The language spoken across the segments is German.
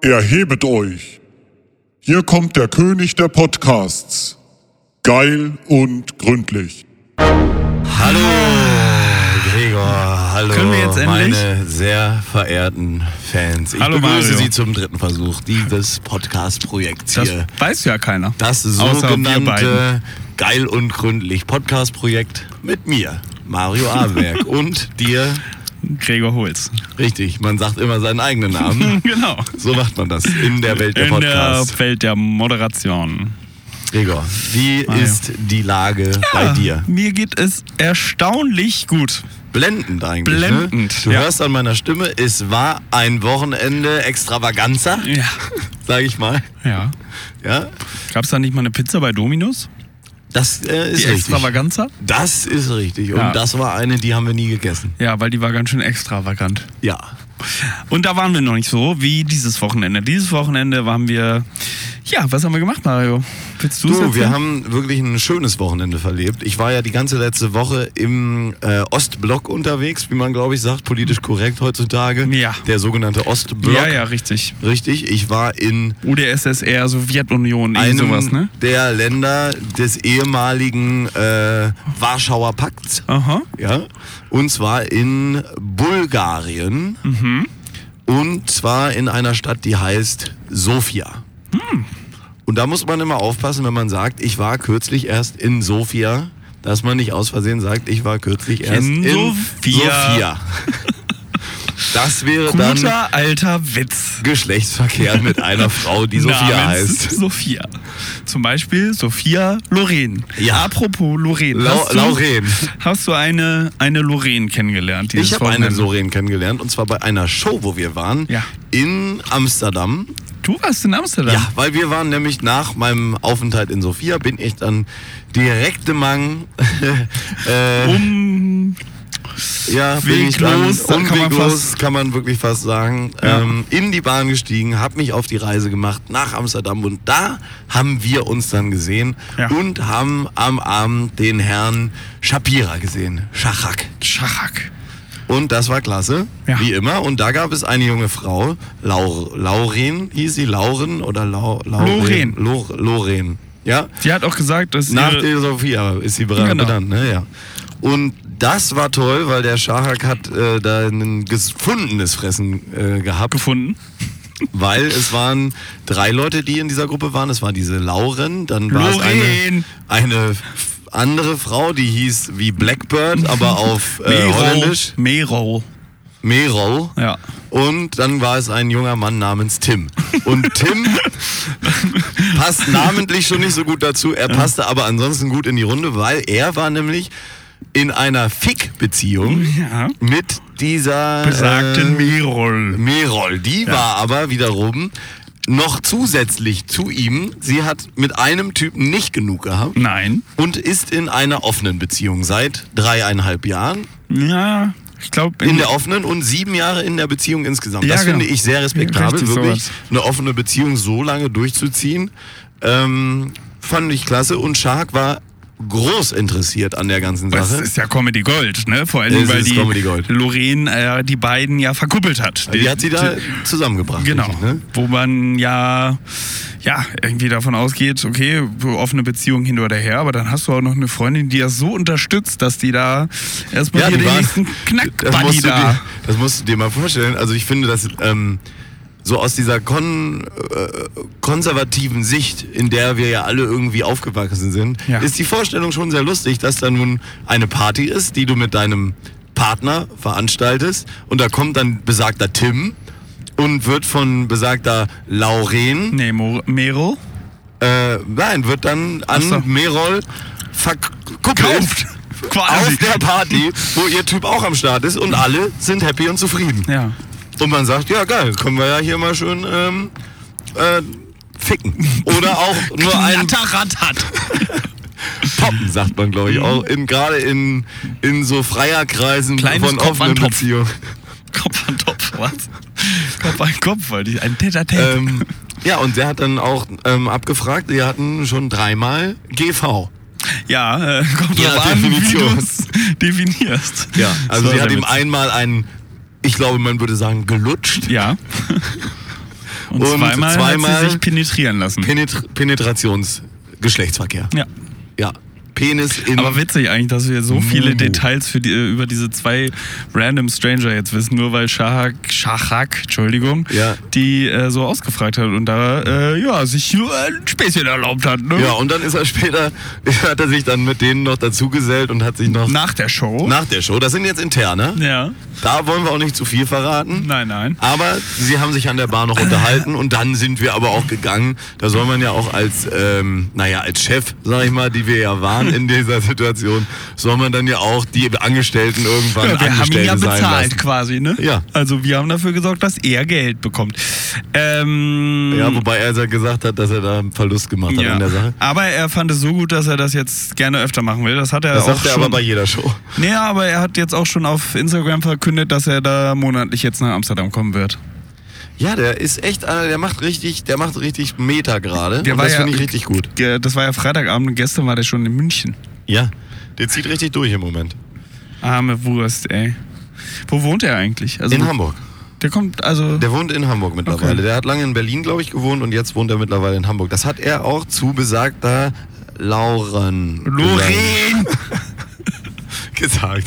Erhebet euch! Hier kommt der König der Podcasts. Geil und gründlich. Hallo, Gregor. Hallo, Können wir jetzt endlich? meine sehr verehrten Fans. Ich Hallo, begrüße Mario. Sie zum dritten Versuch dieses Podcast-Projekts Das hier. weiß ja keiner. Das Außer wir beiden. sogenannte Geil und Gründlich Podcast-Projekt mit mir, Mario Aberg und dir. Gregor Holz. Richtig, man sagt immer seinen eigenen Namen. genau. So macht man das in der Welt der In der Podcasts. Welt der Moderation. Gregor, wie Mario. ist die Lage bei dir? Ah, Mir geht es erstaunlich gut. Blendend eigentlich. Blendend, Ne? Du ja. hörst an meiner Stimme, es war ein Wochenende Extravaganza, Ja. sage ich mal. Ja. Ja, Gab es da nicht mal eine Pizza bei Dominos? das äh, Die ist richtig. Extravaganza? Das ist richtig. Und Ja. das war eine, die haben wir nie gegessen. Ja, weil die war ganz schön extravagant. Ja. Und da waren wir noch nicht so wie dieses Wochenende. Dieses Wochenende waren wir. Ja, was haben wir gemacht, Mario? Willst du es Du, wir erzählen? haben wirklich ein schönes Wochenende verlebt. Ich war ja die ganze letzte Woche im äh, Ostblock unterwegs, wie man glaube ich sagt, politisch korrekt heutzutage. Ja. Der sogenannte Ostblock. Ja, ja, richtig. Richtig. Ich war in UdSSR, Sowjetunion, einem irgendwie sowas, ne? der Länder des ehemaligen äh, Warschauer Pakts. Aha. Ja. Und zwar in Bulgarien. Mhm. Und zwar in einer Stadt, die heißt Sofia. Hm. Und da muss man immer aufpassen, wenn man sagt, ich war kürzlich erst in Sofia, dass man nicht aus Versehen sagt, ich war kürzlich erst in, In Sofia. Sofia. Das wäre dann Guter alter Witz. Geschlechtsverkehr mit einer Frau, die Sofia Namens heißt. Sophia. Zum Beispiel Sophia Loren. Ja. Apropos Loren. Lau- hast du, Lauren. Hast du eine, eine Loren kennengelernt? dieses Ich habe eine Wochenende? Sorin kennengelernt und zwar bei einer Show, wo wir waren Ja. in Amsterdam. Du warst in Amsterdam. Ja, weil wir waren nämlich nach meinem Aufenthalt in Sofia, bin ich dann direkt im Mang. äh, Um, ja, bin ich dann weglos, dann kann man unweglos, fast- kann man wirklich fast sagen. Ja. Ähm, in die Bahn gestiegen, hab mich auf die Reise gemacht nach Amsterdam und da haben wir uns dann gesehen Ja. und haben am Abend den Herrn Shapira gesehen. Schachak. Schachak. Und das war klasse, Ja. wie immer. Und da gab es eine junge Frau, Laur, Lauren, hieß sie Lauren oder Lau, Lauren? Loreen. Lor, Loreen. Ja, Die hat auch gesagt, dass nach ihre, der Sophia ist sie bera- Genau. benannt. Ne? Ja. Und das war toll, weil der Schahak hat äh, da ein gefundenes Fressen äh, gehabt, gefunden. weil es waren drei Leute, die in dieser Gruppe waren. Es war diese Lauren, dann war Loreen. es eine, eine f- andere Frau, die hieß wie Blackbird, aber auf äh, Mero. Holländisch. Mero. Merol. Ja. Und dann war es ein junger Mann namens Tim. Und Tim passt namentlich schon nicht so gut dazu. Er passte aber ansonsten gut in die Runde, weil er war nämlich in einer Fick-Beziehung Ja. mit dieser Besagten äh, Merol. Merol. Die war aber wiederum noch zusätzlich zu ihm. Sie hat mit einem Typen nicht genug gehabt Nein. und ist in einer offenen Beziehung seit dreieinhalb Jahren Ja, ich glaube, in der offenen und sieben Jahre in der Beziehung insgesamt. Ja, das genau. finde ich sehr Ja, respektabel, richtig, wirklich sowas. eine offene Beziehung so lange durchzuziehen. Ähm, fand ich klasse und Shark war groß interessiert an der ganzen Das Sache. ist ja Comedy Gold, ne? Vor allem, Es weil ist die Comedy Gold. Lorraine äh, die beiden ja verkuppelt hat. Die hat sie da zusammengebracht. Genau. richtig, Ne? Wo man ja, ja irgendwie davon ausgeht, okay, offene Beziehung hin oder her, aber dann hast du auch noch eine Freundin, die das so unterstützt, dass die da erstmal Ja, hier die den war- nächsten Das Knackbuddy musst, du da. dir, das musst du dir mal vorstellen. Also ich finde, dass ähm, so aus dieser kon, äh, konservativen Sicht, in der wir ja alle irgendwie aufgewachsen sind, Ja. ist die Vorstellung schon sehr lustig, dass da nun eine Party ist, die du mit deinem Partner veranstaltest und da kommt dann besagter Tim und wird von besagter Lauren, Nee, Mo- Mero. äh, nein, wird dann an Ach so. Merol verkauft. Kauft! Auf Quasi. der Party, wo ihr Typ auch am Start ist und alle sind happy und zufrieden. Ja. Und man sagt, ja geil, können wir ja hier mal schön ähm, äh, ficken. Oder auch nur einen Knatteratat. Poppen, sagt man, glaube ich, auch. In, Gerade in, in so Freierkreisen Kleines von Kopf an offenen Topf. Beziehungen. Kopf an Topf, was? Kopf an Kopf, weil die ein Tetatet. Ähm, ja, und der hat dann auch ähm, abgefragt, wir hatten schon dreimal GV. Ja, äh, kommt Ja, drauf an, wie Definition. du es definierst. Ja, also So, sie hat sehr ihm witzig. einmal einen, ich glaube, man würde sagen, gelutscht. Ja. Und, Und zweimal, hat zweimal- sie sich penetrieren lassen. Penet Penetrationsgeschlechtsverkehr. ja. Ja. Penis in. Aber witzig eigentlich, dass wir so viele Mumu. Details für die, äh, über diese zwei random Stranger jetzt wissen, nur weil Shahak, Shahak Entschuldigung, Ja. die äh, so ausgefragt hat und da äh, ja, sich nur ein Späßchen erlaubt hat. Ne? ja, und dann ist er später, hat er sich dann mit denen noch dazugesellt und hat sich noch. Nach der Show. Nach der Show, das sind jetzt interne. ja. Da wollen wir auch nicht zu viel verraten. Nein, nein. Aber sie haben sich an der Bar noch unterhalten und dann sind wir aber auch gegangen. Da soll man ja auch als, ähm, naja, als Chef, sag ich mal, die wir ja waren in dieser Situation, soll man dann ja auch die Angestellten irgendwann Ja, wir haben ihn Angestellte ja bezahlt sein lassen. quasi, ne? Ja. Also wir haben dafür gesorgt, dass er Geld bekommt. Ähm, Ja, wobei er ja gesagt hat, dass er da einen Verlust gemacht hat ja. in der Sache. Aber er fand es so gut, dass er das jetzt gerne öfter machen will. Das hat er Das auch sagt er schon. aber bei jeder Show. nee, aber er hat jetzt auch schon auf Instagram verkündet, dass er da monatlich jetzt nach Amsterdam kommen wird. Ja, der ist echt einer, der macht richtig, der macht richtig Meter gerade. Der Und war das ja- finde ich richtig gut. Ja, Das war ja Freitagabend und gestern war der schon in München. Ja. Der zieht richtig durch im Moment. Arme Wurst, ey. Wo wohnt er eigentlich? Also, In Hamburg. Der kommt, also. Der wohnt in Hamburg mittlerweile. Okay. Der hat lange in Berlin, glaube ich, gewohnt und jetzt wohnt er mittlerweile in Hamburg. Das hat er auch zu besagter Lauren. Loreen! Gesagt.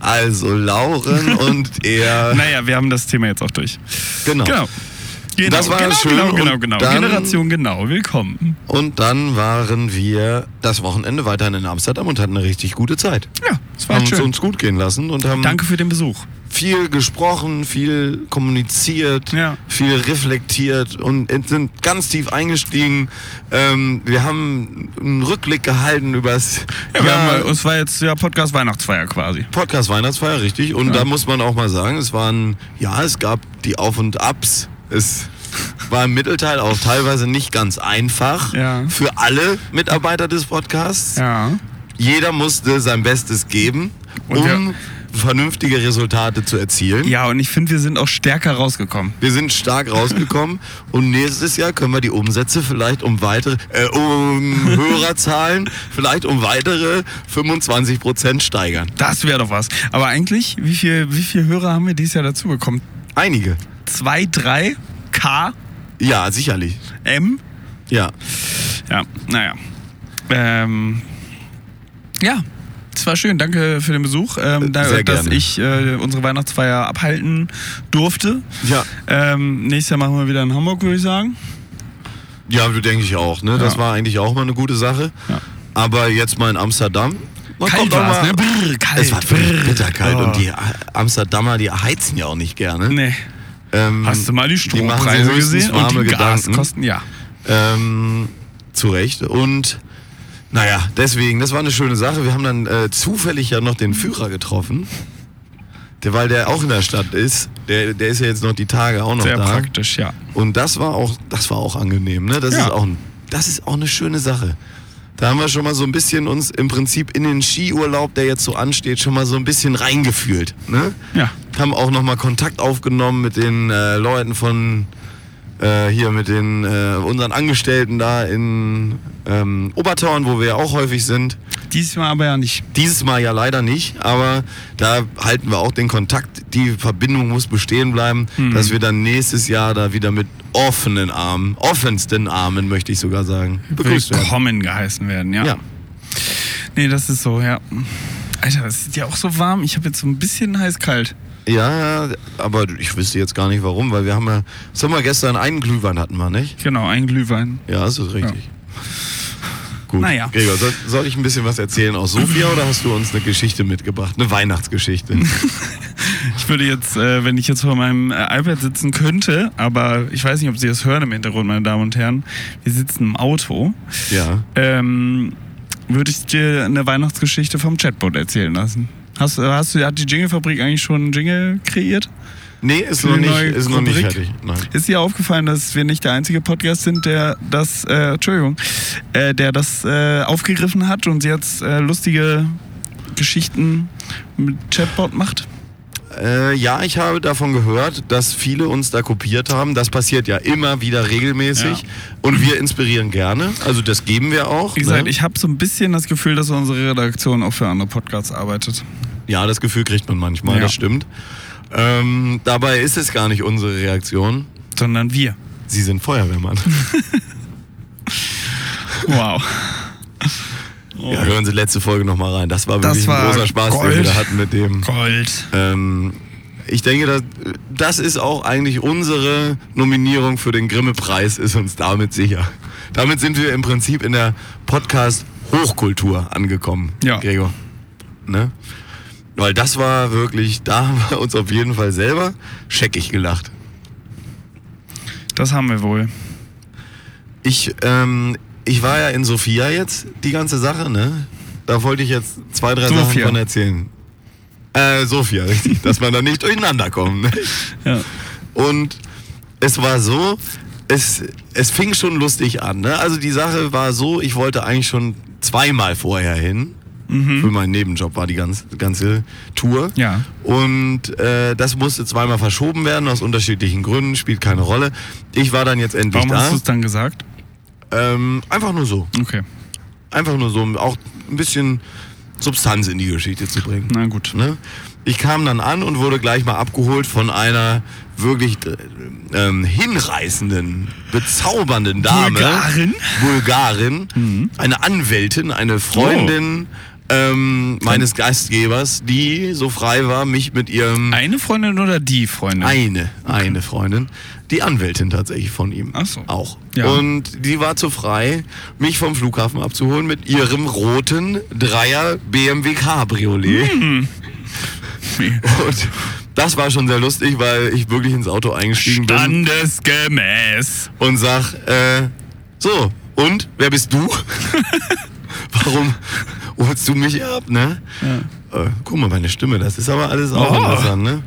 Also Lauren und er. Naja, wir haben das Thema jetzt auch durch. Genau. Genau. genau. Das war genau, schön. Genau, genau, Und genau. dann- Generation genau. Willkommen. Und dann waren wir das Wochenende weiterhin in Amsterdam und hatten eine richtig gute Zeit. Ja, es war Haben es schön. uns gut gehen lassen und haben Danke für den Besuch. viel gesprochen, viel kommuniziert, Ja. viel reflektiert und sind ganz tief eingestiegen. Ähm, wir haben einen Rückblick gehalten über das Ja, wir haben, mal- es war jetzt ja Podcast Weihnachtsfeier quasi. Podcast Weihnachtsfeier, richtig. Und da muss man auch mal sagen, es waren, ja, es gab die Auf- und Abs. Es war im Mittelteil auch teilweise nicht ganz einfach Ja. für alle Mitarbeiter des Podcasts. Ja. Jeder musste sein Bestes geben, Und um vernünftige Resultate zu erzielen. Ja, und ich finde, wir sind auch stärker rausgekommen. Wir sind stark rausgekommen und nächstes Jahr können wir die Umsätze vielleicht um weitere, äh, um Hörerzahlen, vielleicht um weitere 25 Prozent steigern. Das wäre doch was. Aber eigentlich, wie viel, wie viel Hörer haben wir dieses Jahr dazu bekommen? Einige. 2, 3, K, Ja, sicherlich. M? Ja. Ja, naja. Ähm, ja, es war schön. Danke für den Besuch, ähm, da, Sehr dass gerne. ich äh, unsere Weihnachtsfeier abhalten durfte. Ja. Ähm, nächstes Jahr machen wir wieder in Hamburg, würde ich sagen. Ja, du denke ich auch, ne? Das Ja. war eigentlich auch mal eine gute Sache. Ja. Aber jetzt mal in Amsterdam. Man Kalt auch war's, Oh, mal- ne? Brrr, kalt. Es war bitterkalt Oh. und die Amsterdamer, die heizen ja auch nicht gerne. Nee. Ähm, Hast du mal die die machen Strompreise sich höchstens gesehen und die warme Gedanken. Gaskosten? Ja. Ähm, zu Recht. Und naja, deswegen, das war eine schöne Sache. Wir haben dann äh, zufällig ja noch den Führer getroffen. Der, weil der auch in der Stadt ist. Der, der ist ja jetzt noch die Tage auch noch Sehr da. praktisch, ja. Und das war auch, das war auch angenehm. Ne? Das, Ja. ist auch ein, das ist auch eine schöne Sache. Da haben wir schon mal so ein bisschen uns im Prinzip in den Skiurlaub, der jetzt so ansteht, schon mal so ein bisschen reingefühlt. Ne? Ja. Haben auch nochmal Kontakt aufgenommen mit den äh, Leuten von äh, hier, mit den äh, unseren Angestellten da in ähm, Obertorn, wo wir ja auch häufig sind. Diesmal aber ja nicht. Dieses Mal ja leider nicht, aber da halten wir auch den Kontakt. Die Verbindung muss bestehen bleiben, dass wir dann nächstes Jahr da wieder mit offenen Armen, offensten Armen möchte ich sogar sagen, begrüßt werden. Willkommen geheißen werden, ja. Ja, Nee, das ist so, ja. Alter, es ist ja auch so warm. Ich habe jetzt so ein bisschen heiß-kalt. ja, aber ich wüsste jetzt gar nicht warum, weil wir haben ja, was haben wir gestern, einen Glühwein hatten wir, nicht? Genau, ein Glühwein. Ja, das ist richtig. Gut. Naja. Gregor, soll, soll ich ein bisschen was erzählen aus Sofia oder hast du uns eine Geschichte mitgebracht? Eine Weihnachtsgeschichte. Ich würde jetzt, äh, wenn ich jetzt vor meinem äh, iPad sitzen könnte, aber ich weiß nicht, ob Sie das hören im Hintergrund, meine Damen und Herren. Wir sitzen im Auto. ja. Ähm, würde ich dir eine Weihnachtsgeschichte vom Chatbot erzählen lassen. Hast, äh, hast du, hat die Jingle-Fabrik eigentlich schon einen Jingle kreiert? Nee, ist Für noch die nicht, neue ist noch nicht Rubrik? fertig. Nein. Ist dir aufgefallen, dass wir nicht der einzige Podcast sind, der das, äh, Entschuldigung, äh, der das äh, aufgegriffen hat und jetzt äh, lustige Geschichten mit Chatbot macht? Äh, ja, ich habe davon gehört, dass viele uns da kopiert haben. Das passiert ja immer wieder regelmäßig. Ja. Und wir inspirieren gerne. Also das geben wir auch. Wie gesagt, ne? ich habe so ein bisschen das Gefühl, dass unsere Redaktion auch für andere Podcasts arbeitet. Ja, das Gefühl kriegt man manchmal, Ja. das stimmt. Ähm, dabei ist es gar nicht unsere Reaktion. Sondern wir. Sie sind Feuerwehrmann. Wow. Ja, hören Sie letzte Folge nochmal rein. Das war Das wirklich ein war großer Spaß, den wir Gold. da hatten mit dem. Gold. Ähm, ich denke, das, das ist auch eigentlich unsere Nominierung für den Grimme-Preis, ist uns damit sicher. Damit sind wir im Prinzip in der Podcast-Hochkultur angekommen, Ja. Gregor. Ne? Weil das war wirklich, da haben wir uns auf jeden Fall selber scheckig gelacht. Das haben wir wohl. Ich, ähm, ich war ja in Sofia jetzt, die ganze Sache, ne? Da wollte ich jetzt zwei, drei Sachen Sofia. von erzählen. Äh, Sofia, richtig. dass man da nicht durcheinander kommt. Ne? Ja. Und es war so, es, es fing schon lustig an. Ne? Also die Sache war so, ich wollte eigentlich schon zweimal vorher hin. Für meinen Nebenjob war die ganze, ganze Tour. Mhm. Ja. Und äh, das musste zweimal verschoben werden, aus unterschiedlichen Gründen, spielt keine Rolle. Ich war dann jetzt endlich Warum hast du es da. dann gesagt? Ähm, einfach nur so. Okay. Einfach nur so, um auch ein bisschen Substanz in die Geschichte zu bringen. Na gut. Ne? Ich kam dann an und wurde gleich mal abgeholt von einer wirklich äh, ähm, hinreißenden, bezaubernden Dame. Bulgarin? Bulgarin. Eine Anwältin, eine Freundin ähm, meines Gastgebers, die so frei war, mich mit ihrem... Eine Freundin oder die Freundin? Eine, eine Freundin, die Anwältin tatsächlich von ihm. Ach so. Auch. Ja. Und die war zu frei, mich vom Flughafen abzuholen mit ihrem roten Dreier BMW Cabriolet. Hm. Und das war schon sehr lustig, weil ich wirklich ins Auto eingestiegen bin Standesgemäß. und sag, äh, so, und, wer bist du? Warum holst du mich ab, ne? Äh, guck mal, meine Stimme, das ist aber alles auch Oh. interessant, ne?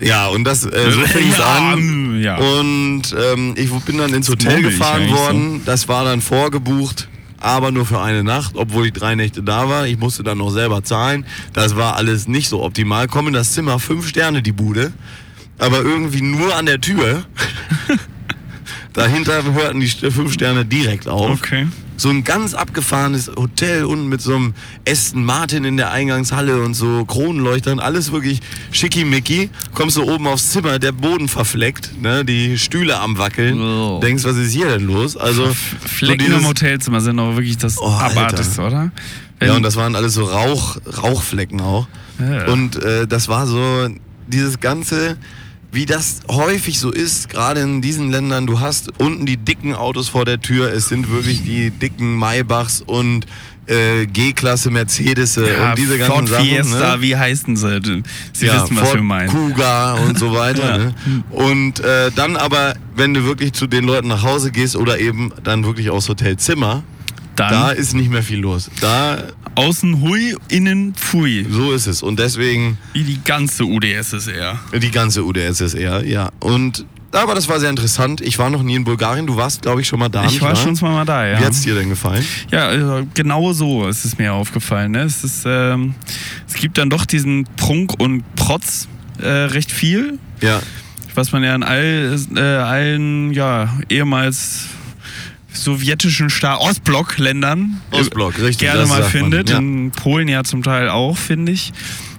Ja, und das, äh, so fing's Ja, mm, an. ja. Und ähm, ich bin dann ins Hotel murmel ich gefahren eigentlich worden. Das war dann vorgebucht, aber nur für eine Nacht, obwohl ich drei Nächte da war. Ich musste dann noch selber zahlen. Das war alles nicht so optimal. Komm in das Zimmer, fünf Sterne die Bude, aber irgendwie nur an der Tür. Dahinter hörten die St- fünf Sterne direkt auf. Okay. So ein ganz abgefahrenes Hotel unten mit so einem Aston Martin in der Eingangshalle und so Kronleuchtern, alles wirklich schickimicki. Kommst du oben aufs Zimmer, der Boden verfleckt, ne? die Stühle am Wackeln. Oh. Denkst, was ist hier denn los? Also, Flecken so im dieses- Hotelzimmer sind auch wirklich das Oh, Alter. Abartigste, oder? Wenn- Ja, und das waren alles so Rauch, Rauchflecken auch. Ähm, Ja. Und äh, das war so dieses Ganze, wie das häufig so ist, gerade in diesen Ländern, du hast unten die dicken Autos vor der Tür, es sind wirklich die dicken Maybachs und äh, G-Klasse Mercedes ja, äh, und diese ganzen Ford Sachen. Fiesta, ne? wie heißen sie? Sie ja, wissen, was Ford wir meinen. Kuga und so weiter. Ja. ne? Und äh, dann aber, wenn du wirklich zu den Leuten nach Hause gehst oder eben dann wirklich aufs Hotelzimmer, Dann da ist nicht mehr viel los. Da, außen hui, innen pfui. so ist es. Und deswegen Wie die ganze UdSSR. Die ganze UdSSR, ja. Und aber das war sehr interessant. Ich war noch nie in Bulgarien. Du warst, glaube ich, schon mal da. Ich nicht war wahr? schon zweimal da, ja. Wie hat's dir denn gefallen? Ja, also genau so ist es mir aufgefallen. Ne? Es, ist, ähm, es gibt dann doch diesen Prunk und Protz äh, recht viel, Ja. was man ja in all, äh, allen ja, ehemals sowjetischen Sta Ostblock-Ländern äh, Ostblock, richtig, gerne das mal sagt man, findet. ja. In Polen ja zum Teil auch, finde ich.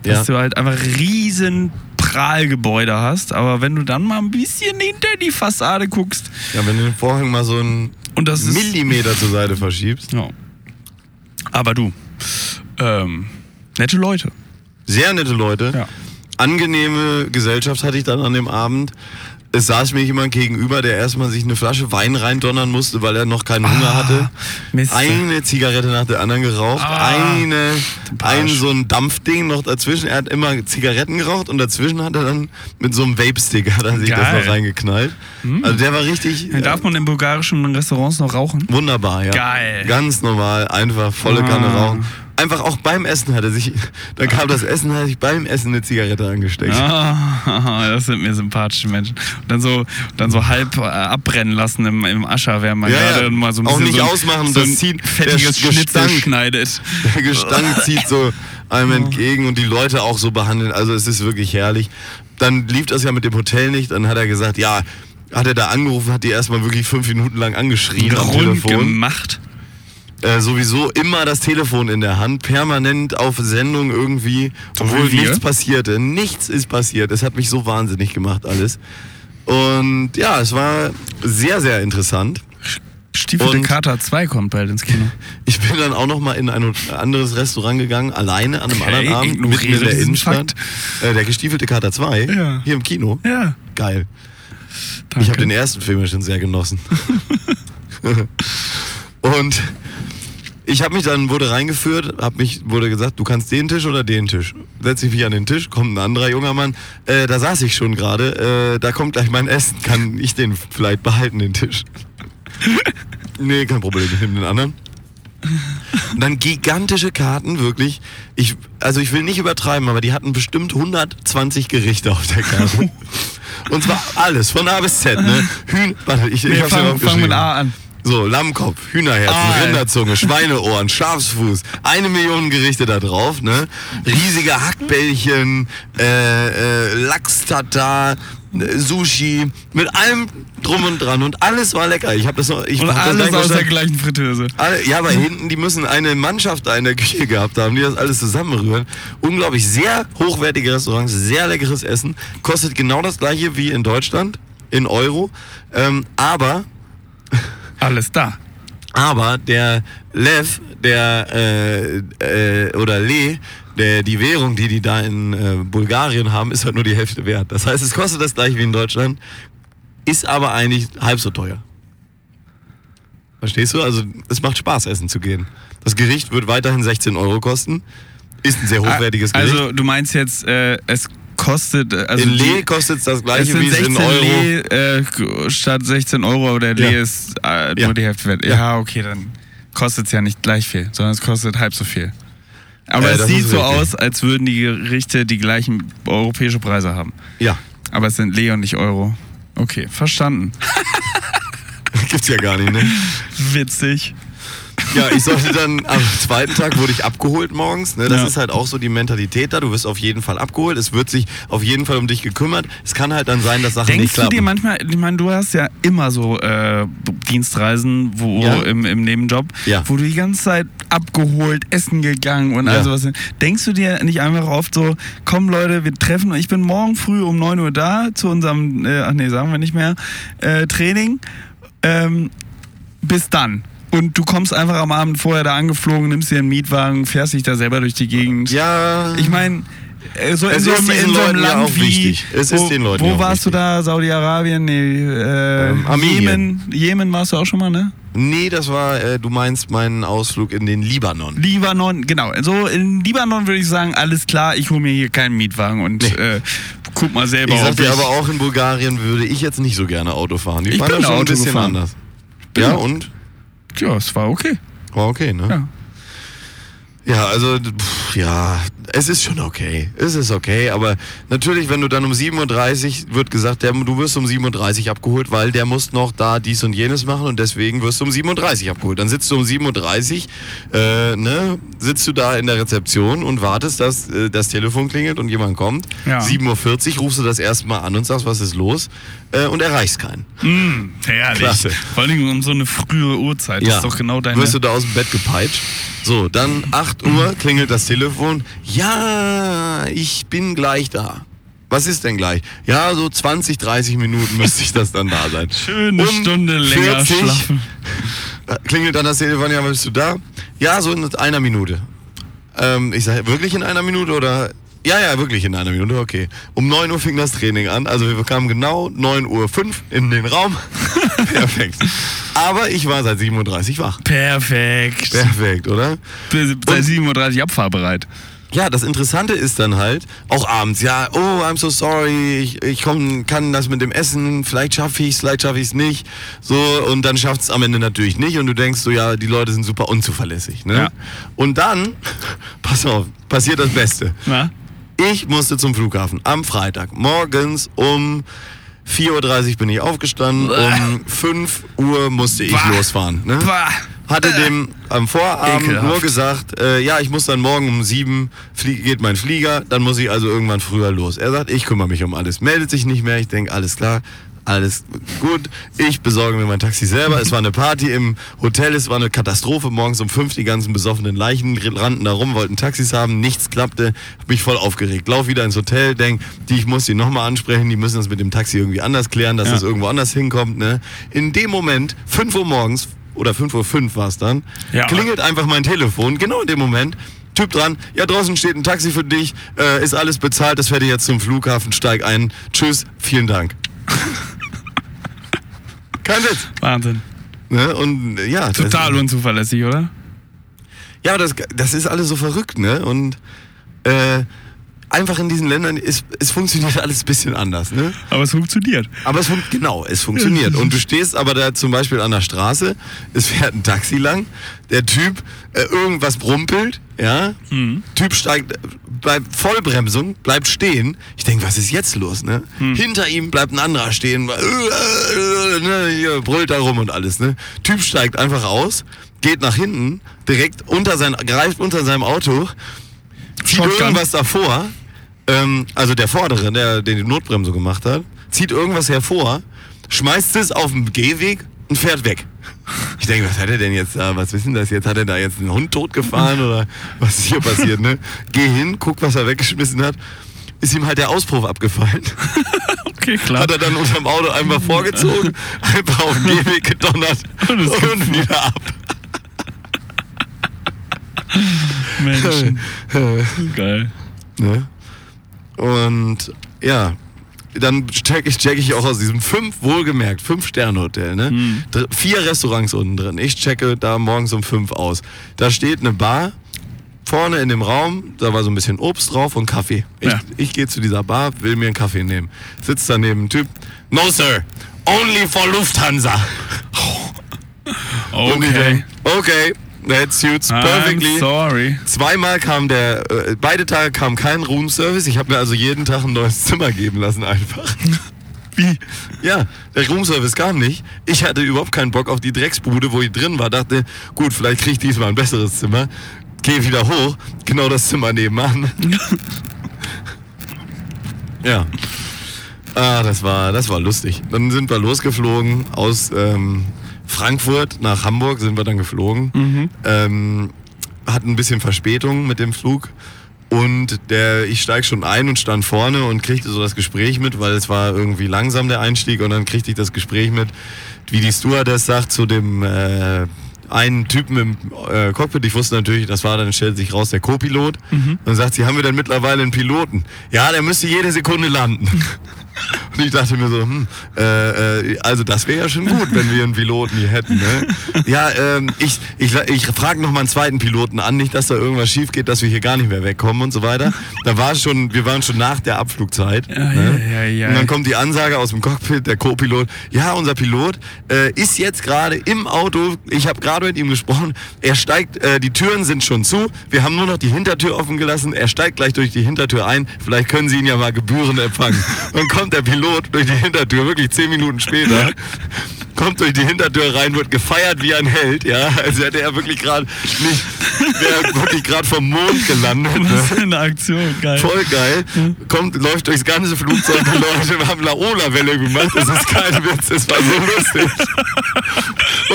Dass Ja. du halt einfach riesen Prahlgebäude hast. Aber wenn du dann mal ein bisschen hinter die Fassade guckst Ja, wenn du den Vorhang mal so einen und das ist... Millimeter zur Seite verschiebst. Ja. Aber du, ähm, nette Leute. Sehr nette Leute. Ja. Angenehme Gesellschaft hatte ich dann an dem Abend. Es saß mir jemand gegenüber, der erstmal sich eine Flasche Wein reindonnern musste, weil er noch keinen Ah. Hunger hatte. Mist. Eine Zigarette nach der anderen geraucht, Ah. eine, Barsch. ein so ein Dampfding noch dazwischen. Er hat immer Zigaretten geraucht und dazwischen hat er dann mit so einem Vape-Stick hat er sich das Geil. Hm. noch reingeknallt. Also der war richtig Dann Darf äh, man in bulgarischen Restaurants noch rauchen? wunderbar, ja. Geil. Ganz normal, einfach volle Ah. Kanne rauchen. Einfach auch beim Essen hat er sich, dann kam das Essen, hat er sich beim Essen eine Zigarette angesteckt. Ah, das sind mir sympathische Menschen. Und dann so, dann so halb äh, abbrennen lassen im, im Ascher, während man Ja, ja. gerade mal so ein Auch bisschen nicht so ein, ausmachen, so das ein zieht- der fettiges Gestank. Schnitzel schneidet. Der Gestank zieht so einem entgegen und die Leute auch so behandeln. Also es ist wirklich herrlich. Dann lief das ja mit dem Hotel nicht. Dann hat er gesagt, ja, hat er da angerufen, hat die erstmal wirklich fünf Minuten lang angeschrien am Rund Telefon. gemacht. Äh, sowieso immer das Telefon in der Hand, permanent auf Sendung irgendwie, So obwohl wie wir. nichts passierte. Nichts ist passiert. Es hat mich so wahnsinnig gemacht alles. Und ja, es war sehr, sehr interessant. Stiefel Und- de Kater 2 kommt bald ins Kino. Ich bin dann auch noch mal in ein anderes Restaurant gegangen, alleine an einem Okay, anderen Abend, ignoriere mitten in der diesen Innenstadt. Äh, der gestiefelte Kater 2, Ja. hier im Kino. Ja, Geil. danke. Ich habe den ersten Film ja schon sehr genossen. Und ich habe mich dann, wurde reingeführt, hab mich, wurde gesagt, du kannst den Tisch oder den Tisch. Setze ich mich an den Tisch, kommt ein anderer junger Mann, äh, da saß ich schon gerade, äh, da kommt gleich mein Essen, kann ich den vielleicht behalten, den Tisch. nee, kein Problem, ich nehme den anderen. Und dann gigantische Karten, wirklich. Ich, also ich will nicht übertreiben, aber die hatten bestimmt 120 Gerichte auf der Karte. Und zwar alles, von A bis Z, ne? Hühn, warte, ich, ich nee, hab's ja fang, fang mit aufgeschrieben. A an. So, Lammkopf, Hühnerherzen, Ah, ey. Rinderzunge, Schweineohren, Schafsfuß, eine Million Gerichte da drauf, ne? Riesige Hackbällchen, äh, äh, Lachs-Tatar, äh, Sushi, mit allem drum und dran und alles war lecker. Ich habe das noch, ich Und hab das alles gleich aus der verstanden. gleichen Fritteuse. alle, ja, aber hinten, die müssen eine Mannschaft da in der Küche gehabt haben, die das alles zusammenrühren. Unglaublich, sehr hochwertige Restaurants, sehr leckeres Essen. Kostet genau das gleiche wie in Deutschland, in Euro. Ähm, aber Alles da. aber der Lev, der äh, äh, oder Le, der, die Währung, die die da in äh, Bulgarien haben, ist halt nur die Hälfte wert. Das heißt, es kostet das gleiche wie in Deutschland, ist aber eigentlich halb so teuer. Verstehst du? Also es macht Spaß, essen zu gehen. Das Gericht wird weiterhin 16 Euro kosten. Ist ein sehr hochwertiges Gericht. Also du meinst jetzt, äh, es kostet... äh, Also in die- Le kostet es das es gleiche wie es sind 16 in Euro. Le äh, g- statt 16 Euro, aber der Ja. Le ist äh, Ja. nur die Hälfte wert. Ja, okay, dann kostet es ja nicht gleich viel, sondern es kostet halb so viel. Aber Äh, es das sieht ist so richtig. aus, als würden die Gerichte die gleichen europäische Preise haben. Ja, Aber es sind Le und nicht Euro. Okay, verstanden. gibt's ja gar nicht, ne? Witzig. Ja, ich sollte dann am zweiten Tag wurde ich abgeholt morgens. Ne? Das Ja. ist halt auch so die Mentalität da. Du wirst auf jeden Fall abgeholt. Es wird sich auf jeden Fall um dich gekümmert. Es kann halt dann sein, dass Sachen nicht Denkst du klappen. dir manchmal, ich meine, du hast ja immer so äh, Dienstreisen wo Ja. im, im Nebenjob, Ja. wo du die ganze Zeit abgeholt, essen gegangen und all Ja. sowas. Denkst du dir nicht einfach oft so, komm Leute, wir treffen uns, ich bin morgen früh um 9 Uhr da zu unserem, äh, ach nee, sagen wir nicht mehr, äh, Training. Ähm, bis dann. Und du kommst einfach am Abend vorher da angeflogen, nimmst dir einen Mietwagen, fährst dich da selber durch die Gegend. ja, Ich meine, so in Es so ist einem, diesen in so einem Leuten ja Land auch wie, wichtig. Es ist wo, den Leuten Wo ja auch warst du wichtig. da? Saudi-Arabien? Nee, äh, Ähm, Armenien. Jemen. Jemen warst du auch schon mal, ne? nee, das war, äh, du meinst meinen Ausflug in den Libanon. Libanon, genau. So in Libanon würde ich sagen, alles klar, ich hole mir hier keinen Mietwagen und äh, guck mal selber. Ich sag ob dir aber auch, in Bulgarien würde ich jetzt nicht so gerne Auto fahren. Die Ich fahren bin da schon Auto ein bisschen gefahren. anders. Bin Ja, auch. und? Ja, es war okay. War okay, ne? Ja. Ja, also, pff, ja, es ist schon okay. Es ist okay, aber natürlich, wenn du dann um 7.30 Uhr wird gesagt, der, du wirst um 7.30 Uhr abgeholt, weil der muss noch da dies und jenes machen und deswegen wirst du um 7.30 Uhr abgeholt. Dann sitzt du um 7.30 Uhr, äh, ne, sitzt du da in der Rezeption und wartest, dass äh, das Telefon klingelt und jemand kommt. Ja. 7.40 Uhr rufst du das erste Mal an und sagst, was ist los? Äh, und erreichst keinen. Herrlich. Klasse. Vor allem um so eine frühe Uhrzeit. Das ist doch genau deine. Wirst du da aus dem Bett gepeitscht? So, dann 8 Uhr klingelt das Telefon. Ja, ich bin gleich da. Was ist denn gleich? Ja, so 20, 30 Minuten müsste ich das dann da sein. Schöne Um Stunde länger 40 schlafen. Klingelt dann das Telefon, ja, bist du da? Ja, so in einer Minute. Ähm, ich sage, wirklich in einer Minute oder? Ja, ja, wirklich in einer Minute, okay. Um 9 Uhr fing das Training an, also wir kamen genau 9.05 Uhr in den Raum. Perfekt. Aber ich war seit 7.30 Uhr wach. Perfekt. Perfekt, oder? Bis- Seit 7.30 Uhr abfahrbereit. Ja, das Interessante ist dann halt, auch abends, ja, oh, I'm so sorry, ich, ich komm, kann das mit dem Essen, vielleicht schaffe ich's, vielleicht schaffe ich's nicht. So, und dann schafft's am Ende natürlich nicht und du denkst so, ja, die Leute sind super unzuverlässig. Ne? Ja. Und dann, pass auf, passiert das Beste. Na? Ich musste zum Flughafen am Freitag morgens um 4.30 Uhr bin ich aufgestanden, um 5 Uhr musste ich Bah. losfahren. Ne? Bah. Hatte dem am Vorabend Ekelhaft. nur gesagt, äh, ja, ich muss dann morgen um 7 flie- geht mein Flieger, dann muss ich also irgendwann früher los. Er sagt, ich kümmere mich um alles, meldet sich nicht mehr, ich denke, alles klar. Alles gut. Ich besorge mir mein Taxi selber. Es war eine Party im Hotel. Es war eine Katastrophe. Morgens um fünf die ganzen besoffenen Leichen rannten da rum, wollten Taxis haben. Nichts klappte. Hab mich voll aufgeregt. Lauf wieder ins Hotel. Denk, die, ich muss die nochmal ansprechen. Die müssen das mit dem Taxi irgendwie anders klären, dass Ja. das irgendwo anders hinkommt. Ne? In dem Moment, 5 Uhr morgens oder 5.05 Uhr war es dann, Ja. klingelt einfach mein Telefon, genau in dem Moment. Typ dran, ja draußen steht ein Taxi für dich, äh, ist alles bezahlt, das fährt dich jetzt zum Flughafen, steig ein, tschüss, vielen Dank. Kein Witz. Wahnsinn. Ne? Und äh, ja, Total das, unzuverlässig, oder? ja das, das ist alles so verrückt, ne? Und äh, einfach in diesen Ländern, ist, es funktioniert alles ein bisschen anders, ne? Aber es funktioniert. Aber es funktioniert, genau, es funktioniert. Und du stehst aber da zum Beispiel an der Straße, es fährt ein Taxi lang, der Typ äh, irgendwas brumpelt, ja, Typ steigt äh, bei Vollbremsung, bleibt stehen. Ich denke, was ist jetzt los, ne? Hinter ihm bleibt ein anderer stehen, äh, äh, äh, ne, hier, brüllt da rum und alles, ne? Typ steigt einfach aus, geht nach hinten, direkt unter sein, greift unter seinem Auto, zieht Shotgun. irgendwas davor, ähm, also der vordere, der, der die Notbremse gemacht hat, zieht irgendwas hervor, schmeißt es auf den Gehweg und fährt weg. Ich denke, was hat er denn jetzt da? Was wissen das jetzt? Hat er da jetzt einen Hund totgefahren oder was ist hier passiert? Ne? Geh hin, guck, was er weggeschmissen hat. Ist ihm halt der Auspuff abgefallen. Okay, klar. Hat er dann unterm Auto einmal vorgezogen, einfach auf den Gehweg gedonnert Und und, ist wieder ab. Menschen. Äh, Geil. Ne? Und ja, dann check ich, check ich auch aus diesem fünf, wohlgemerkt, fünf Sterne Hotel, ne? Hm. Dr vier Restaurants unten drin. Ich checke da morgens um fünf aus. Da steht eine Bar. Vorne in dem Raum, da war so ein bisschen Obst drauf und Kaffee. Ich, Ja. ich gehe zu dieser Bar, will mir einen Kaffee nehmen. Sitzt daneben ein Typ. No, sir. Only for Lufthansa. Und ich Okay. denk, Okay, that suits perfectly. I'm sorry. Zweimal kam der, äh, beide Tage kam kein Roomservice. Ich habe mir also jeden Tag ein neues Zimmer geben lassen einfach. Wie? Ja, der Roomservice kam nicht. Ich hatte überhaupt keinen Bock auf die Drecksbude, wo ich drin war. Dachte, gut, vielleicht krieg ich diesmal ein besseres Zimmer. Geh wieder hoch, genau das Zimmer nebenan. ja. Ah, das war, das war lustig. Dann sind wir losgeflogen aus ähm, Frankfurt nach Hamburg sind wir dann geflogen. Ähm, hatten ein bisschen Verspätung mit dem Flug. Und der, ich steig schon ein und stand vorne und kriegte so das Gespräch mit, weil es war irgendwie langsam der Einstieg und dann kriegte ich das Gespräch mit, wie die Stewardess sagt zu dem äh, einen Typen im äh, Cockpit. Ich wusste natürlich, das war dann stellt sich raus der Co-Pilot und sagt, sie haben wir denn mittlerweile einen Piloten? Ja, der müsste jede Sekunde landen. Und ich dachte mir so, hm, äh, äh, also das wäre ja schon gut, wenn wir einen Piloten hier hätten. Ne? Ja, ähm, ich, ich, ich frage mal einen zweiten Piloten an, nicht, dass da irgendwas schief geht, dass wir hier gar nicht mehr wegkommen und so weiter. Da war schon, wir waren schon nach der Abflugzeit. ne? ja, ja, ja. Und dann kommt die Ansage aus dem Cockpit, der Co-Pilot, ja, unser Pilot äh, ist jetzt gerade im Auto, ich habe gerade mit ihm gesprochen, er steigt, äh, die Türen sind schon zu, wir haben nur noch die Hintertür offen gelassen, er steigt gleich durch die Hintertür ein, vielleicht können Sie ihn ja mal gebührend empfangen. Dann kommt der Pilot durch die Hintertür, wirklich zehn Minuten später, kommt durch die Hintertür rein, wird gefeiert wie ein Held, ja, als hätte er wirklich gerade nicht, wäre wirklich gerade vom Mond gelandet. Ne? Was für eine Aktion. Geil. Voll geil. Mhm. Kommt, läuft durchs ganze Flugzeug. Die Leute haben Laola-Welle gemacht. Das ist kein Witz. Das war so lustig.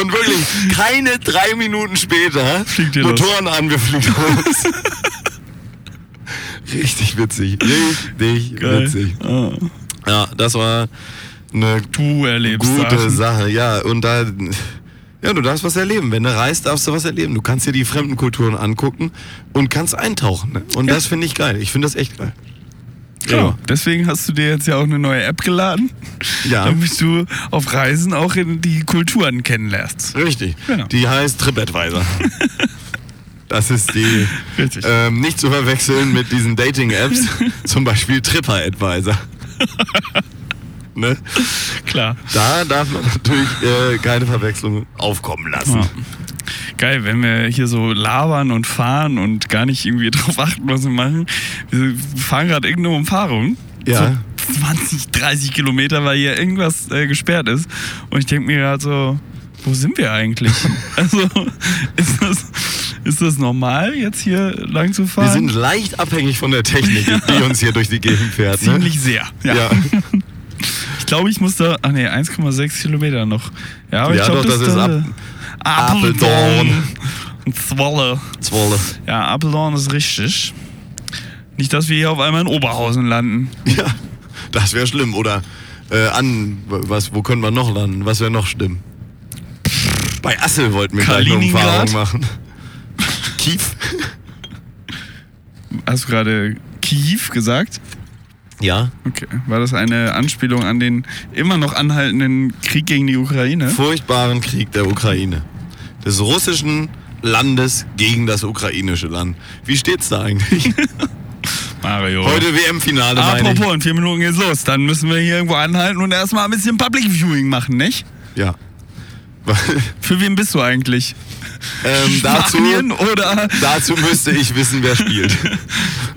Und wirklich, keine drei Minuten später, Fliegt ihr los. Motoren an, wir fliegen los. Richtig witzig. Richtig Geil. witzig. Ah. Ja, das war eine Du erlebst gute Sachen. Sache. Ja, und da. Ja, du darfst was erleben. Wenn du reist, darfst du was erleben. Du kannst dir die fremden Kulturen angucken und kannst eintauchen. Ne? Und das finde ich geil. Ich finde das echt geil. Genau. Deswegen hast du dir jetzt ja auch eine neue App geladen, Ja. damit du auf Reisen auch in die Kulturen kennenlernst. Richtig. Genau. Die heißt TripAdvisor. Das ist die Richtig. ähm, nicht zu verwechseln mit diesen Dating-Apps, zum Beispiel TripAdvisor. ne? Klar. Da darf man natürlich äh, keine Verwechslung aufkommen lassen. Ja. Hm. Geil, wenn wir hier so labern und fahren und gar nicht irgendwie drauf achten, was wir machen. Wir fahren gerade irgendeine Umfahrung. Ja. So 20, 30 Kilometer, weil hier irgendwas äh, gesperrt ist. Und ich denke mir gerade so, wo sind wir eigentlich? also ist das, ist das normal, jetzt hier lang zu fahren? Wir sind leicht abhängig von der Technik, die uns hier durch die Gegend fährt. Ne? ziemlich sehr. Ja. Ja, Ich glaube, ich muss da, ach nee, 1,6 Kilometer noch. Ja, aber Ja, ich glaube, doch, das ist Ap- Apeldoorn. Und Zwolle. Zwolle. Ja, Apeldoorn ist richtig. Nicht, dass wir hier auf einmal in Oberhausen landen. Ja, das wäre schlimm. Oder äh, an, was, wo können wir noch landen? Was wäre noch schlimm? Bei Assel wollten wir gleich eine Kaliningrad? Umfahrung machen. Kief? Hast du gerade Kiew gesagt? Ja. Okay. War das eine Anspielung an den immer noch anhaltenden Krieg gegen die Ukraine? Hm? Furchtbaren Krieg der Ukraine. Des russischen Landes gegen das ukrainische Land. Wie steht's da eigentlich? Mario. Heute WM-Finale, meine ich. Oh. Apropos, in vier Minuten geht's los. Dann müssen wir hier irgendwo anhalten und erstmal ein bisschen Public Viewing machen, nicht? Ja. Für wen bist du eigentlich? ähm, dazu, Spanien oder dazu müsste ich wissen, wer spielt.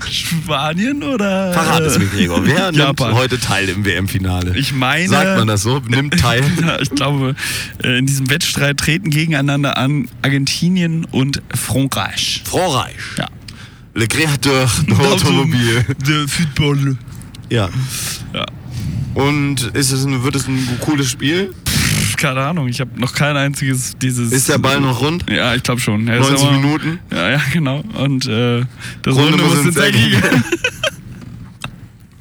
Spanien oder Verrat es mir, Gregor. Wer nimmt Japan. heute teil im WM-Finale? Ich meine- Sagt man das so? Nimmt teil. Ja, ich glaube, äh, in diesem Wettstreit treten gegeneinander an Argentinien und Frankreich. Frankreich. Ja. Le Créateur d'Automobile. Der Football. Ja. Ja. Und ist es ein, wird es ein cooles Spiel? Pff, Keine Ahnung, ich habe noch kein einziges dieses. Ist der Ball noch rund? Ja, ich glaube schon. Er ist 90 aber- Minuten? Ja, ja, genau. Und äh, das Runde Runde, muss muss ins ins Eckige.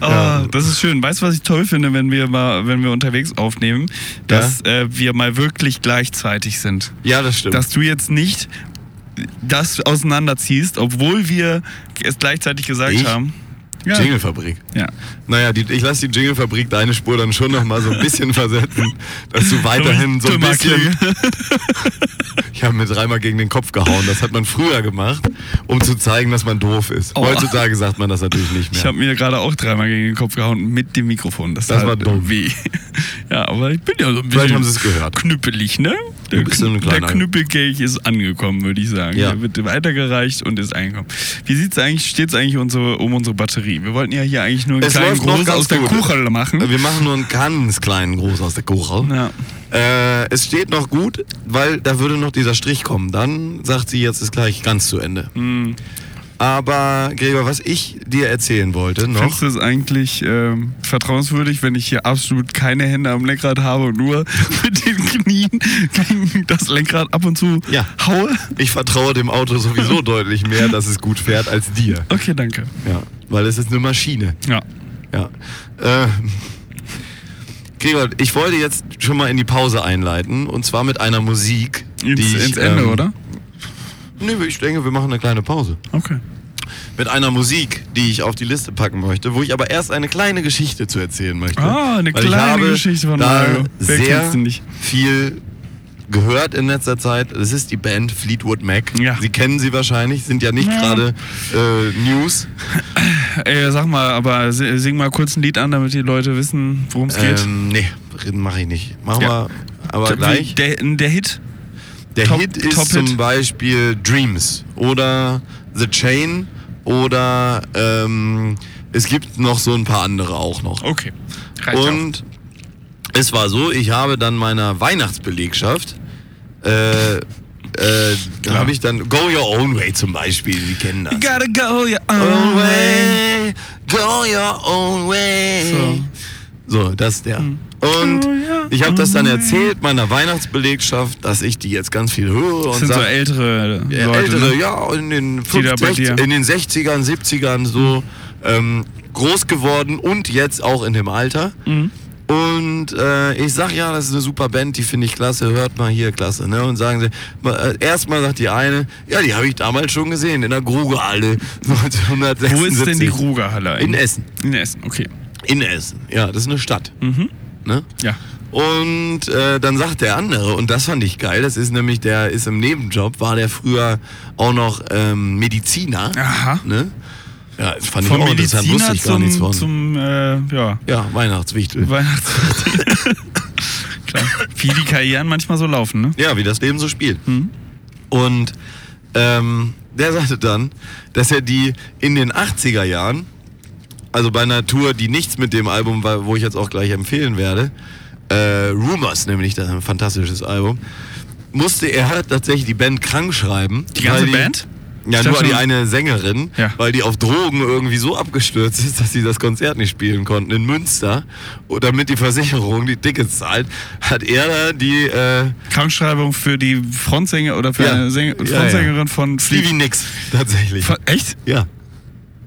Ah, das ist schön. Weißt du, was ich toll finde, wenn wir mal, wenn wir unterwegs aufnehmen, dass äh, wir mal wirklich gleichzeitig sind. Ja, das stimmt. Dass du jetzt nicht das auseinanderziehst, obwohl wir es gleichzeitig gesagt Ich? haben. Ja. Jinglefabrik. ja. Naja, die, ich lasse die Jinglefabrik deine Spur dann schon noch mal so ein bisschen versetzen, dass du weiterhin so ein Dummer bisschen. Klinge. Ich habe mir dreimal gegen den Kopf gehauen. Das hat man früher gemacht, um zu zeigen, dass man doof ist. Oh. Heutzutage sagt man das natürlich nicht Ich mehr. habe mir gerade auch dreimal gegen den Kopf gehauen mit dem Mikrofon. Das, Das tat war dumm. weh. Ja, aber ich bin ja so ein bisschen. Vielleicht haben sie es gehört. knüppelig, ne? Du bist so ein der kleiner- Knüppelkelch ist angekommen, würde ich sagen. Ja. Der wird weitergereicht und ist angekommen. Wie sieht's eigentlich, steht's eigentlich unsere, um unsere Batterie? Wir wollten ja hier eigentlich nur einen Es kleinen läuft noch Gruß ganz aus der gut. Kuchel machen. Wir machen nur einen ganz kleinen Gruß aus der Kuchel. Ja. Äh, es steht noch gut, weil da würde noch dieser Strich kommen. Dann sagt sie, jetzt ist gleich ganz zu Ende. Mhm. Aber Gregor, was ich dir erzählen wollte noch, Findest du es eigentlich ähm, vertrauenswürdig, wenn ich hier absolut keine Hände am Lenkrad habe und nur mit den Knien gegen das Lenkrad ab und zu Ja. haue? ich vertraue dem Auto sowieso deutlich mehr, dass es gut fährt, als dir. Okay, danke. Ja, weil es ist eine Maschine. Ja. Ja. Äh, Gregor, ich wollte jetzt schon mal in die Pause einleiten und zwar mit einer Musik. Ins, die ich, ins Ende, ähm, oder? Nö, ich denke, wir machen eine kleine Pause. Okay. mit einer Musik, die ich auf die Liste packen möchte, wo ich aber erst eine kleine Geschichte zu erzählen möchte. Ah, eine ich kleine habe Geschichte von da Mario. Wer sehr kennt's denn nicht? viel gehört in letzter Zeit. Es ist die Band Fleetwood Mac. Ja. Sie kennen sie wahrscheinlich, sind ja nicht Ja. gerade äh, News. Ey, Äh, sag mal, aber si- sing mal kurz ein Lied an, damit die Leute wissen, worum es geht. Ähm, nee, mache ich nicht. Machen Ja. wir aber Wie- gleich. Der, der Hit. Der Top- Hit ist Top Hit. zum Beispiel Dreams oder The Chain oder ähm, es gibt noch so ein paar andere auch noch. Okay. Und es war so, ich habe dann meiner Weihnachtsbelegschaft, äh, äh, da habe ich dann Go Your Own Way zum Beispiel, die kennen das. You gotta go your own Own way. way, go your own way. So, das ist der. Und Hm. Go your ich habe das own dann way. erzählt meiner Weihnachtsbelegschaft, dass ich die jetzt ganz viel höre Das und sind so sage, ältere ja, Leute. Äh, ältere, ne? ja, in den, Die da 50, bei dir- Mhm. in den 60ern, 70ern so ähm, groß geworden und jetzt auch in dem Alter. Mhm. Und äh, ich sag ja, das ist eine super Band, die finde ich klasse, hört mal hier, klasse. Ne? Und sagen sie, ma- äh, erstmal sagt die eine, ja, die habe ich damals schon gesehen, in der Grugehalle 1976. Wo ist denn die Rugerhalle? In Essen. In Essen, okay. In Essen, ja, das ist eine Stadt. Mhm. Ne? Ja. Und äh, dann sagt der andere, und das fand ich geil, das ist nämlich, der ist im Nebenjob, war der früher auch noch ähm, Mediziner. Aha. Ne? Ja, das fand Vom ich auch interessant, wusste Mediziner ich gar nichts zum, von. zum äh, ja, ja, Weihnachtswichtel. Weihnachts. Klar. Wie die Karrieren manchmal so laufen, ne? Ja, wie das Leben so spielt. Und ähm, der sagte dann, dass er die in den 80er Jahren also bei einer Tour, die nichts mit dem Album war, wo ich jetzt auch gleich empfehlen werde, äh, Rumors, nämlich das ist ein fantastisches Album, musste er halt tatsächlich die Band krank schreiben. Die ganze weil Band? Ja, Ich nur dachte die nur- eine Sängerin, Ja. weil die auf Drogen irgendwie so abgestürzt ist, dass sie das Konzert nicht spielen konnten in Münster. Und damit die Versicherung die Tickets zahlt, hat er da die äh, Krankschreibung für die Frontsänger oder für Ja. eine Säng Ja, ja. Frontsängerin von Stevie Nicks tatsächlich. Von- Echt? Ja.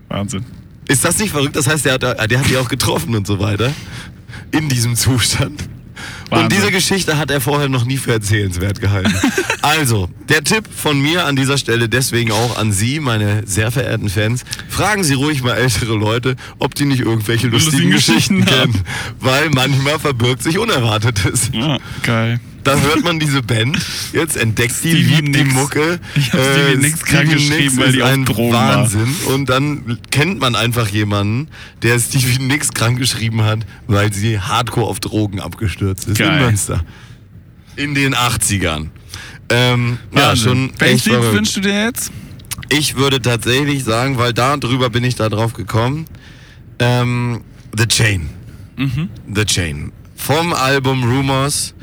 Wahnsinn. Ist das nicht verrückt? Das heißt, der hat, der hat die auch getroffen und so weiter. In diesem Zustand. Wahnsinn. Und diese Geschichte hat er vorher noch nie für erzählenswert gehalten. also, der Tipp von mir an dieser Stelle, deswegen auch an Sie, meine sehr verehrten Fans. Fragen Sie ruhig mal ältere Leute, ob die nicht irgendwelche lustigen, Lustigen Geschichten, Geschichten haben. kennen. Weil manchmal verbirgt sich Unerwartetes. Ja, geil. Dann hört man diese Band. Jetzt entdeckt die, Stevie liebt die Nicks. Mucke. Äh, Ich hab Stevie Nicks krank geschrieben, weil die ist auf ein Drogen war. Wahnsinn. Und dann kennt man einfach jemanden, der Stevie Nicks krank geschrieben hat, weil sie hardcore auf Drogen abgestürzt ist. Geil. In Münster. In den 80ern. Ähm, ja, Wahnsinn. schon Welchen echt Tipp verrückt. wünschst du dir jetzt? Ich würde tatsächlich sagen, weil darüber bin ich da drauf gekommen, ähm, The Chain. The Chain. Vom Album Rumors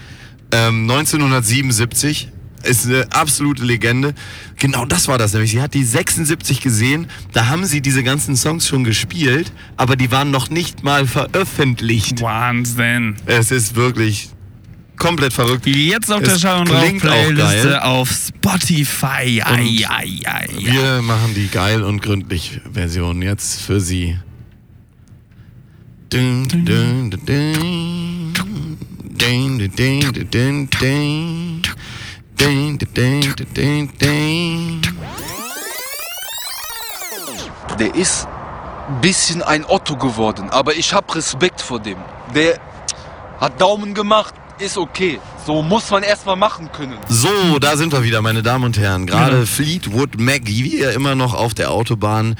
ähm, 1977. Ist eine absolute Legende. Genau das war das nämlich. Sie hat die 76 gesehen. Da haben sie diese ganzen Songs schon gespielt, aber die waren noch nicht mal veröffentlicht. Wahnsinn. Es ist wirklich komplett verraucht. Jetzt auf Es der Schau und klingt auch geil. Playliste auf Spotify. Ai, Und ai, ai, ai. Wir machen die geil und gründlich Version jetzt für Sie. Dun, dun, dun, dun. Dun, dun, dun, dun, dun, dun. Dun, dun, dun, dun, dun, dun. Der ist ein bisschen ein Otto geworden, aber ich habe Respekt vor dem. Der hat Daumen gemacht, ist okay. So muss man erstmal machen können. So, da sind wir wieder, meine Damen und Herren. Gerade Fleetwood Mac, wie wir immer noch auf der Autobahn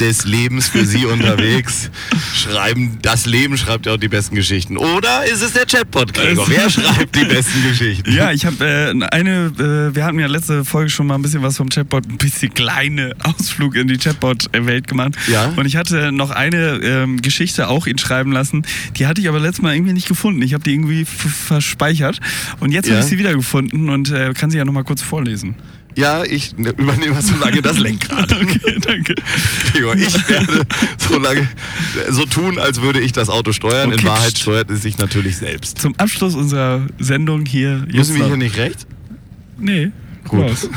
des Lebens für Sie unterwegs schreiben. Das Leben schreibt ja auch die besten Geschichten. Oder ist es der Chatbot, Gregor? Es- Wer schreibt die besten Geschichten? Ja, ich habe äh, eine, äh, wir hatten ja letzte Folge schon mal ein bisschen was vom Chatbot, ein bisschen kleine Ausflug in die Chatbot-Welt gemacht. Ja. Und ich hatte noch eine ähm, Geschichte auch ihn schreiben lassen, die hatte ich aber letztes Mal irgendwie nicht gefunden. Ich habe die irgendwie f- verspeichert und jetzt Ja. habe ich sie wiedergefunden und äh, kann sie ja nochmal kurz vorlesen. Ja, ich übernehme so lange das Lenkrad. Okay, danke. Gregor. Ich werde so lange so tun, als würde ich das Auto steuern. In Okay, Wahrheit pst. steuert es sich natürlich selbst. Zum Abschluss unserer Sendung hier. Müssen wir Justus. hier nicht recht? Nee. Gut. raus.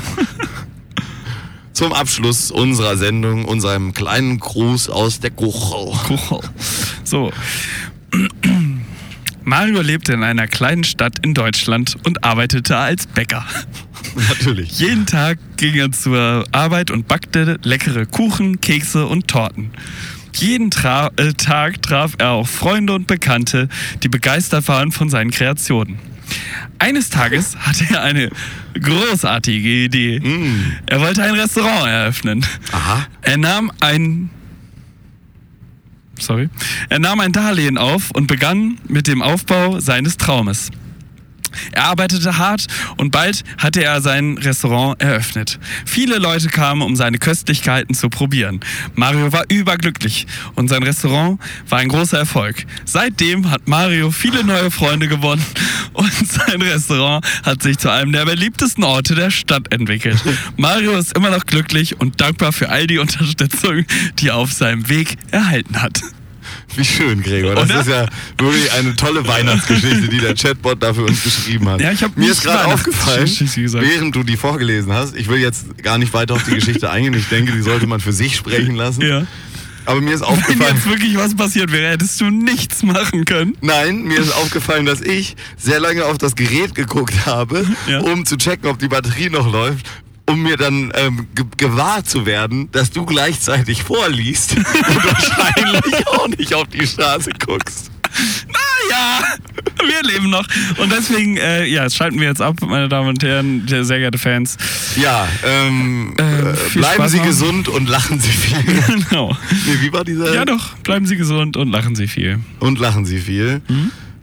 Zum Abschluss unserer Sendung, unserem kleinen Gruß aus der Kuchel. Cool. So. Mario lebte in einer kleinen Stadt in Deutschland und arbeitete als Bäcker. Natürlich. Jeden Tag ging er zur Arbeit und backte leckere Kuchen, Kekse und Torten. Jeden Tra äh, Tag traf er auch Freunde und Bekannte, die begeistert waren von seinen Kreationen. Eines Tages hatte er eine großartige Idee. Er wollte ein Restaurant eröffnen. Aha. Er nahm ein. Sorry. Er nahm ein Darlehen auf und begann mit dem Aufbau seines Traumes. Er arbeitete hart und bald hatte er sein Restaurant eröffnet. Viele Leute kamen, um seine Köstlichkeiten zu probieren. Mario war überglücklich und sein Restaurant war ein großer Erfolg. Seitdem hat Mario viele neue Freunde gewonnen und sein Restaurant hat sich zu einem der beliebtesten Orte der Stadt entwickelt. Mario ist immer noch glücklich und dankbar für all die Unterstützung, die er auf seinem Weg erhalten hat. Wie schön, Gregor. Das Oder? ist ja wirklich eine tolle Weihnachtsgeschichte, die der Chatbot da für uns geschrieben hat. Ja, ich hab Mir nicht ist gerade aufgefallen, Weihnachtsgeschichte gesagt. während du die vorgelesen hast, ich will jetzt gar nicht weiter auf die Geschichte eingehen. Ich denke, die sollte man für sich sprechen lassen. Ja. Aber mir ist Wenn aufgefallen, jetzt wirklich was passiert wäre, hättest du nichts machen können. Nein, mir ist aufgefallen, dass ich sehr lange auf das Gerät geguckt habe, Ja. um zu checken, ob die Batterie noch läuft, um mir dann ähm, ge gewahr zu werden, dass du gleichzeitig vorliest und wahrscheinlich auch nicht auf die Straße guckst. Ja, wir leben noch. Und deswegen, äh, ja, schalten wir jetzt ab, meine Damen und Herren, sehr sehr geehrte Fans. Ja, ähm, Ähm, äh, viel bleiben Spaß Sie noch. gesund und lachen Sie viel. Genau. nee, wie war dieser? Ja, doch, bleiben Sie gesund und lachen Sie viel. Und lachen Sie viel.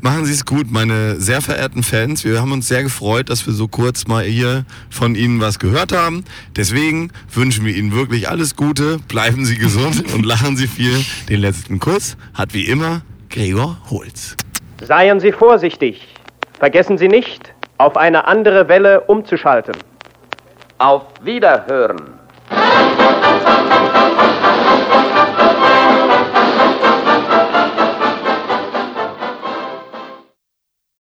Machen Sie es gut, meine sehr verehrten Fans. Wir haben uns sehr gefreut, dass wir so kurz mal hier von Ihnen was gehört haben. Deswegen wünschen wir Ihnen wirklich alles Gute. Bleiben Sie gesund und lachen Sie viel. Den letzten Kuss hat wie immer Gregor Holz. Seien Sie vorsichtig. Vergessen Sie nicht, auf eine andere Welle umzuschalten. Auf Wiederhören.